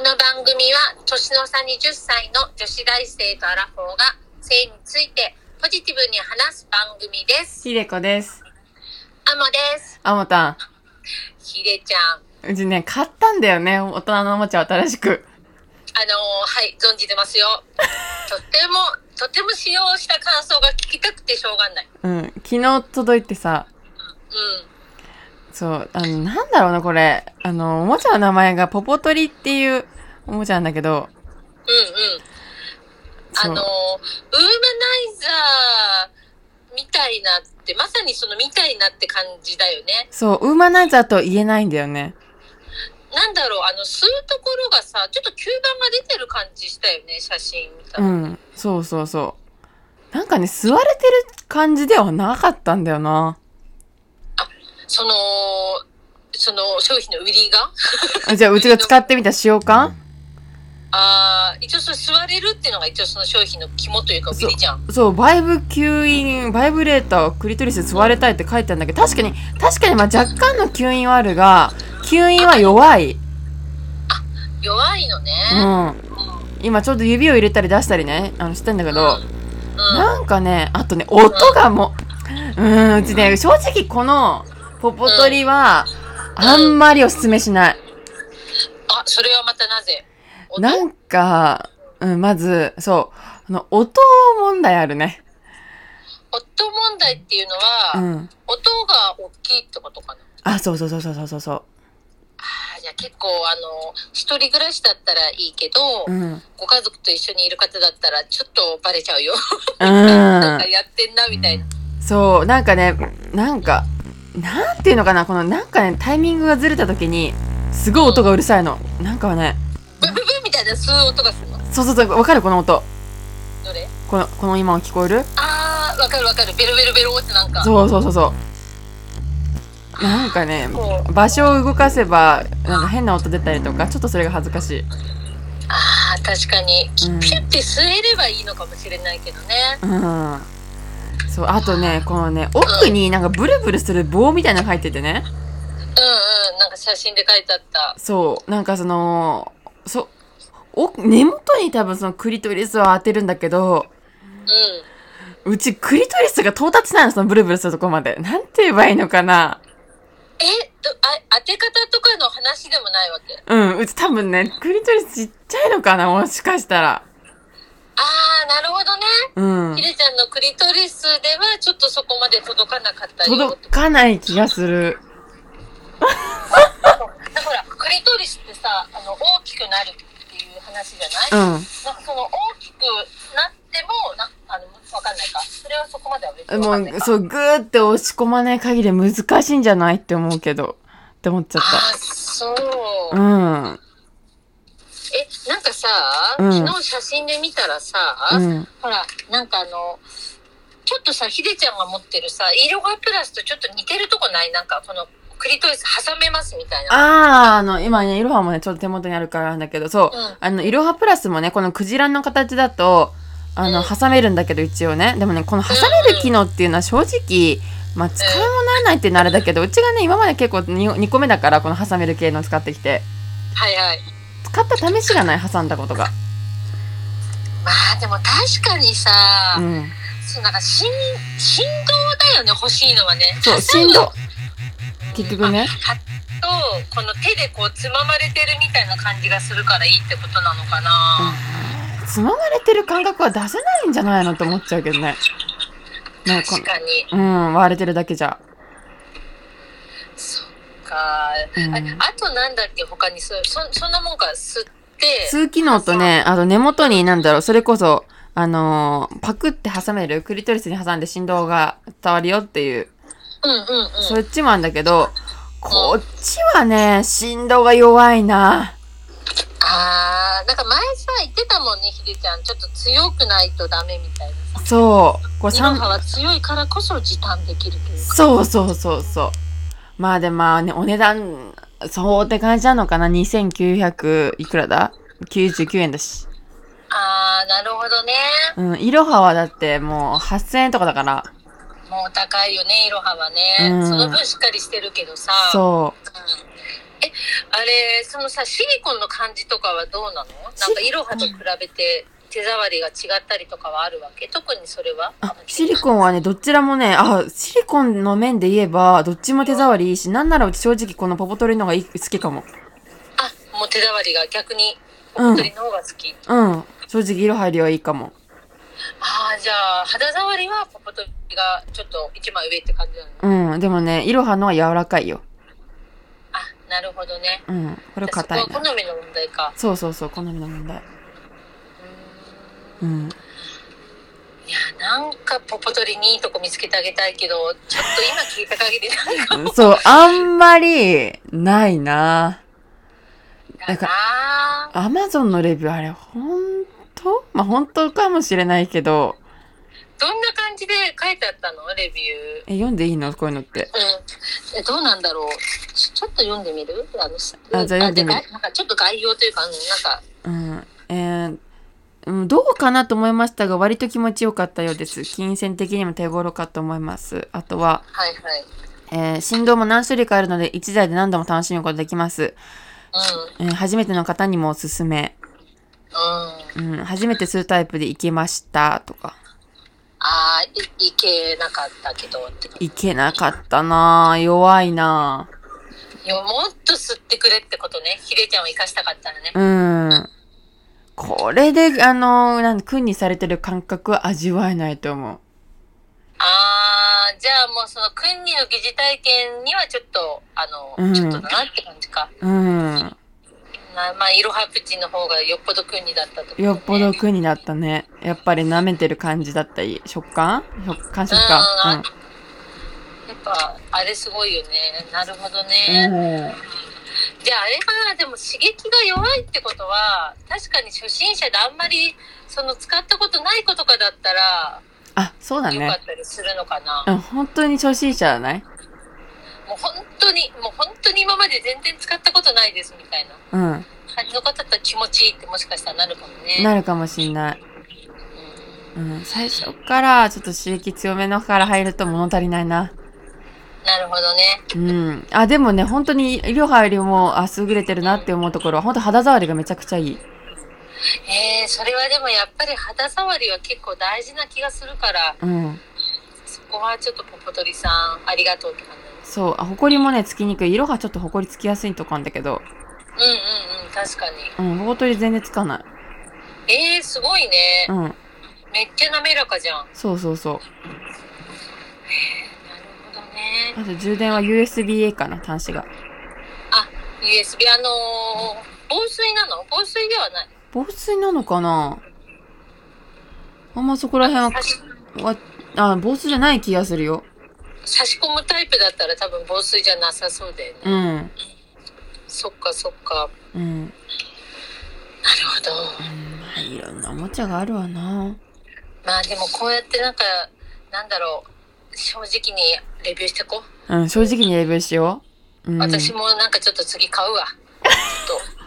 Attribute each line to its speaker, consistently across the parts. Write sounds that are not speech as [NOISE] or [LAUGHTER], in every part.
Speaker 1: の番組は年の差20歳の女子大生とアラフォーが性についてポジティブに話す番組です。
Speaker 2: ひでこです。
Speaker 1: アモです。
Speaker 2: あもた
Speaker 1: ひでちゃん。
Speaker 2: ん、うちね、買ったんだよね、大人のおもちゃを新しく。
Speaker 1: あのーはい、存じてます [LAUGHS] よ。とても、とても使用した感想が聞きたくてしょうがない。
Speaker 2: うん、昨日届いてさ、
Speaker 1: うん。
Speaker 2: そう、あの、なんだろうな、これ。あの、おもちゃの名前がポポトリっていうおもちゃなんだけど、
Speaker 1: うんうん。あ
Speaker 2: そう
Speaker 1: のー、ウーマナイザーみたいなって、まさにそのみたいなって感じだよね。
Speaker 2: そう、ウーマナイザーと言えないんだよね。
Speaker 1: なんだろう、あの、吸うところがさ、ちょっと吸盤が出てる感じしたよね、写真見た
Speaker 2: う
Speaker 1: ら。
Speaker 2: ん、そうそうそう。なんかね、吸われてる感じではなかったんだよな。
Speaker 1: その、その商品の売りが、
Speaker 2: あじゃあ、うちが使ってみた使用感
Speaker 1: ああ、一応それ座れるっていうのが一応その商品の肝というか売りじゃん。
Speaker 2: そう、バイブ吸引、バイブレーター、クリトリス吸われたいって書いてあるんだけど、確かに、確かにまあ若干の吸引はあるが、吸引は弱い。
Speaker 1: 弱いのね。
Speaker 2: う
Speaker 1: うん。
Speaker 2: ん。今ちょうど指を入れたり出したりね、あの、してんだけど、なんかね、あとね、音がもう、うーん、うちね、正直この、ポポトリは、あんまりおすすめしない。
Speaker 1: あ、それはまたなぜ音
Speaker 2: なんか、うん、まず、そう、あの、音問題あるね。
Speaker 1: 夫問題っていうの
Speaker 2: う
Speaker 1: は、
Speaker 2: ん。
Speaker 1: 音が大きいってことかな。
Speaker 2: あ、そうそうそうそうそうそうそう。
Speaker 1: あーじゃあ結構あの一人暮らしだったらいいけど、
Speaker 2: うん。
Speaker 1: ご家族と一緒にいる方だったらちょっとバレちゃうよ、
Speaker 2: う
Speaker 1: なん
Speaker 2: ん
Speaker 1: か。やってんなみたいな、
Speaker 2: そう、なんかね、なんか、なんていうのかな、このなんかね、タイミングがずれた時に、すごい音がうるさいの。なんかはね、
Speaker 1: ブブブみたいな吸う音がするの
Speaker 2: そうそうそう、わかるこの音。
Speaker 1: どれ
Speaker 2: この、この今聞こえる
Speaker 1: あーわかるわかるベロベロベロってなんか
Speaker 2: そうそうそうそう。なんかね、
Speaker 1: こう
Speaker 2: 場所を動かせば、なんか変な音出たりとか、ちょっとそれが恥ずかしい。
Speaker 1: あー確かに
Speaker 2: うん
Speaker 1: ピュッて吸えればいいのかもしれないけどね
Speaker 2: うん。そう、あとね、このね、奥になんかブルブルする棒みたいなのが入っててね。
Speaker 1: うんうんなんか写真で書いてあった
Speaker 2: そう、なんかその、そ、お、根元に多分そのクリトリスを当てるんだけど、
Speaker 1: うん
Speaker 2: うちクリトリスが到達しないの、そのブルブルするとこまで。なんて言えばいいのかな。
Speaker 1: えどあ当て方とかの話でもないわけ
Speaker 2: うん、うち多分ね、クリトリスちっちゃいのかな、もしかしたら。
Speaker 1: あーなるほどね
Speaker 2: うん
Speaker 1: ひ。でちゃんのクリトリスではちょっとそこまで届かなかったり
Speaker 2: 届かない気がする。
Speaker 1: ほらクリトリスってさあの大きくなるっていう話じゃない、
Speaker 2: う
Speaker 1: なんかその大きくなってもなあのわかんないかそれはそこまでは別に
Speaker 2: ん。
Speaker 1: わかんない
Speaker 2: も
Speaker 1: か
Speaker 2: う、そう、ぐーって押し込まない限り難しいんじゃないって思うけど。って思っちゃっ
Speaker 1: あそう、
Speaker 2: た。うん。
Speaker 1: えなんかさ、
Speaker 2: うん
Speaker 1: 昨日写真で見たらさ、
Speaker 2: うん。
Speaker 1: ほらなんかあのちょっとさひでちゃんが持ってるさ色がプラスとちょっと似てるとこないなんかこのクリトリス挟めますみたいな
Speaker 2: あー、あの、今ね、いろはもね、ちょっと手元にあるからなんだけど、そう
Speaker 1: う。ん
Speaker 2: あの、いろはプラスもね、このクジラの形だと、あの、
Speaker 1: うん
Speaker 2: 挟めるんだけど、一応ね。でもね、この挟める機能っていうのは正直、まあ、使い物にならないっていうのはあれだけど、うちがね、今まで結構 2, 個目だから、この挟める系のを使ってきて。
Speaker 1: はいはい
Speaker 2: 使った試しがない、挟んだことが。
Speaker 1: まあでも確かにさ、
Speaker 2: うん。
Speaker 1: そうなんか振振動だよね欲しいのはね
Speaker 2: そう、
Speaker 1: 挟む
Speaker 2: 振動。結局ね。
Speaker 1: はとこの手でこうつままれてるみたいな感じがするからいいってことなのかな、
Speaker 2: つままれてる感覚は出せないんじゃないのって思っちゃうけどね。ねこ
Speaker 1: 確かに
Speaker 2: のうん、割れてるだけじゃ。
Speaker 1: そっか、
Speaker 2: うん
Speaker 1: ああとなんだっけ他にそそそんなもんか吸って
Speaker 2: 吸う機能とね、あと根元になんだろう、それこそ、あのーパクって挟める、クリトリスに挟んで振動が伝わるよっていう、
Speaker 1: うんうんうん
Speaker 2: そっちもあるんだけど、こっちはね、振動が弱いな。
Speaker 1: あーなんか前さ言ってたもんねひでちゃんちょっと強くないとダメみたいなさ
Speaker 2: そう。こう
Speaker 1: イロ
Speaker 2: 三
Speaker 1: ハは強いからこそ時短できるというか
Speaker 2: そうそうそうそう。まあでもまあね、お値段、そうって感じなのかな ?2900 いくらだ ?99 円だし。
Speaker 1: あーなるほどね
Speaker 2: うん、いろははだってもう8000円とかだから。
Speaker 1: もう高いよねいろははね、
Speaker 2: うん
Speaker 1: その分しっかりしてるけどさ
Speaker 2: そ
Speaker 1: うんえあれ、そのさ、シリコンの感じとかはどうなのなんか、イロハと比べて手触りが違ったりとかはあるわけ特にそれは
Speaker 2: あ、シリコンはね、どちらもね、あ、シリコンの面で言えば、どっちも手触りいいし、なんならうち正直このポポトリの方がいい好きかも。
Speaker 1: あ、もう手触りが逆に、
Speaker 2: うん
Speaker 1: 本当にの方が好き。
Speaker 2: うん。正直、色入りはいいかも。
Speaker 1: ああ、じゃあ、肌触りはポポトリがちょっと一枚上って感じなの、
Speaker 2: うん。でもね、イロハのは柔らかいよ。
Speaker 1: あ、なるほどね。
Speaker 2: うん。これ
Speaker 1: じゃあそこ
Speaker 2: 硬
Speaker 1: はい
Speaker 2: な。
Speaker 1: 好みの問題か。
Speaker 2: そうそうそう、好みの問題。
Speaker 1: う
Speaker 2: う
Speaker 1: ーん
Speaker 2: ん。
Speaker 1: いや、なんかポポトリにいいとこ見つけてあげたいけど、ちょっと今聞いた限りなんか
Speaker 2: そう、あんまり、ないな
Speaker 1: だな
Speaker 2: アマゾンのレビュー、あれ、ほんとまあ、ほんとかもしれないけど、
Speaker 1: どんな感じで書いてあったのレビュー。
Speaker 2: え、読んでいいのこういうのって。
Speaker 1: うん。え、どうなんだろう。ちょちょっと読んでみるあの、す
Speaker 2: あじゃあ読んでみる
Speaker 1: あかなんかちょっと概要というか、あのなんか、
Speaker 2: うん。えーうんどうかなと思いましたが、割と気持ちよかったようです。金銭的にも手頃かと思います。あとは、
Speaker 1: はいはい。
Speaker 2: えー振動も何種類かあるので、1台で何度も楽しむことできます。
Speaker 1: う
Speaker 2: えー初めての方にもおすすめ。
Speaker 1: ん。うん。
Speaker 2: うん、初めて吸うタイプで行けました。とか。
Speaker 1: ああ、いいけなかったけどって。
Speaker 2: 行けなかったなぁ。弱いない
Speaker 1: やもっと吸ってくれってことね。ヒデちゃんを生かしたかったらね。
Speaker 2: ぁ。うん。これで、あのー、なん訓にされてる感覚は味わえないと思う。
Speaker 1: ああ、じゃあもうその、訓にの疑似体験にはちょっと、あの、
Speaker 2: うん
Speaker 1: ちょっとだなって感じか。
Speaker 2: うん。
Speaker 1: なまあ、イロハプチの方がよっぽど訓にだったってこと、ね。
Speaker 2: よっぽど苦になったね。やっぱり舐めてる感じだったり、食感食感食感。
Speaker 1: やっぱ、あれすごいよね。なるほど
Speaker 2: う
Speaker 1: ね。
Speaker 2: ん。うん
Speaker 1: じゃああれかな、でも刺激が弱いってことは、確かに初心者であんまり、その使ったことない子とかだったら、
Speaker 2: あ、そうだ
Speaker 1: 良か
Speaker 2: ね。
Speaker 1: ったりするのかな。
Speaker 2: うん、本当に初心者だね。
Speaker 1: もう本当に、もう本当に今まで全然使ったことないですみたいな
Speaker 2: うん。
Speaker 1: 感じの方だったら気持ちいいってもしかしたらなるかもね。
Speaker 2: なるかもしんない。うん。最初から、ちょっと刺激強めのから入ると物足りないな。
Speaker 1: なるほどね。
Speaker 2: うん。あ、でもね、本当に、イロハよりも、あ、優れてるなって思うところは、本当肌触りがめちゃくちゃいい。
Speaker 1: えー、それはでもやっぱり肌触りは結構大事な気がするから、
Speaker 2: うん。
Speaker 1: そこはちょっとポポトリさん、ありがとうって感じです。
Speaker 2: そう。あ、埃もね、つきにくい。色がちょっと埃つきやすいとこあんだけ
Speaker 1: うん
Speaker 2: ど、
Speaker 1: うんうん、確かに。
Speaker 2: うん、ほこり全然つかない。
Speaker 1: えー、すごいね
Speaker 2: う。ん。
Speaker 1: めっちゃ滑らかじゃん。
Speaker 2: そうそうそう。
Speaker 1: なるほどね。
Speaker 2: あと充電は USB-A かな、端子が。
Speaker 1: USB、あのー、防水なの防水ではない。
Speaker 2: 防水なのかなあんまそこら辺
Speaker 1: 差し
Speaker 2: は、わあ、防水じゃない気がするよ。
Speaker 1: 差し込むタイプだったら多分防水じゃなさそうだよね。
Speaker 2: うん。
Speaker 1: そっかそっか。
Speaker 2: うん。うん
Speaker 1: なるほど。
Speaker 2: まあ、いろんなおもちゃがあるわな。
Speaker 1: まあでもこうやってなんか、なんだろう、正直にレビューしてこ
Speaker 2: うん、正直にレビューしよう。う
Speaker 1: う。
Speaker 2: ん。
Speaker 1: 私もなんかちょっと次買うわ。ちょっと。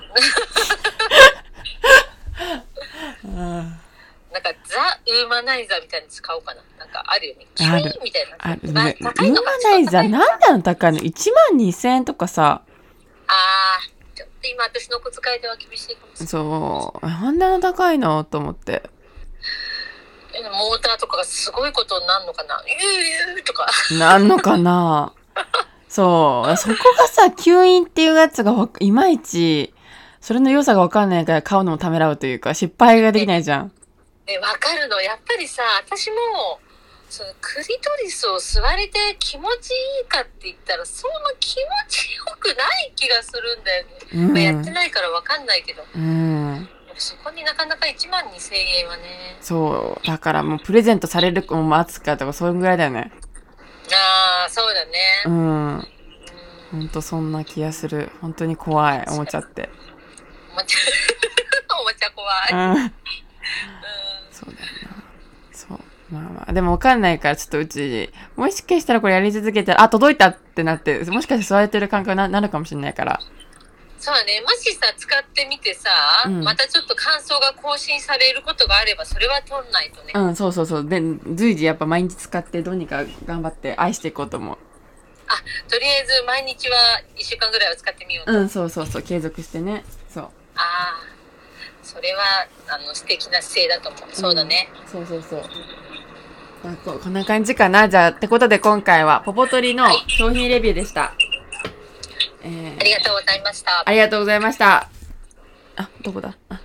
Speaker 2: うん
Speaker 1: なんかザ・ウーマナイザーみたいに使おうかな。なんかあるよね。キ
Speaker 2: あ
Speaker 1: ュ
Speaker 2: る
Speaker 1: イーンみたいな。
Speaker 2: あ、ね、ウー
Speaker 1: ま
Speaker 2: マ
Speaker 1: あ高いのか
Speaker 2: ナイザー、
Speaker 1: ちょっと高いの
Speaker 2: なんなの高いの ?1 万2千円とかさ、
Speaker 1: あー、ちょっと今私の小遣いでは厳しいかもしれ
Speaker 2: そう、なんなの高いのと思って。
Speaker 1: ない。でもモーターとかがすごいことになるのかな。ユーユーとか。
Speaker 2: なんのかなそう。そこがさ、吸引っていうやつがわいまいち、それの良さがわかんないから買うのもためらうというか、失敗ができないじゃん。
Speaker 1: え、わかるの。やっぱりさ、私も、そのクリトリスを吸われて気持ちいいかって言ったら、そんな気持ちよくない気がするんだよね。
Speaker 2: う
Speaker 1: まあやって
Speaker 2: ん。
Speaker 1: ないからわかんないけど、
Speaker 2: うん。
Speaker 1: そこになかなか1万2000円はね。
Speaker 2: そう。だからもうプレゼントされるのを待つかとか、それぐらいだよね。
Speaker 1: ああ、そうだね。
Speaker 2: うん。
Speaker 1: うん
Speaker 2: ほんとそんな気がする。本当に怖い、おもちゃって。
Speaker 1: おもち [LAUGHS] ゃ、おもちゃ怖い。
Speaker 2: う
Speaker 1: うん
Speaker 2: ん。そうだよな。そう。まあまあ。でもわかんないから、ちょっとうち、もしかしたらこれやり続けたら、あ、届いたってなって、もしかして座れてる感覚にななるかもしれないから。
Speaker 1: そうね、もしさ、使ってみてさ、
Speaker 2: うん
Speaker 1: またちょっと感想が更新されることがあれば、それは取んないとね。
Speaker 2: うん、そうそうそう。で、随時やっぱ毎日使って、どうにか頑張って愛していこうと思う。
Speaker 1: あとりあえず毎日は1週間ぐらいは使ってみようと。
Speaker 2: うん、そうそうそう、継続してね。そう。
Speaker 1: ああ、それは、あの、素敵な姿勢だと思う。そうだね。
Speaker 2: うん。そうそうそう。あここんな感じかな。じゃあ、ってことで今回は、ポポトリの
Speaker 1: はい
Speaker 2: 商品レビューでした。えー
Speaker 1: ありがとうございました。
Speaker 2: ありがとうございました。あ、どこだあ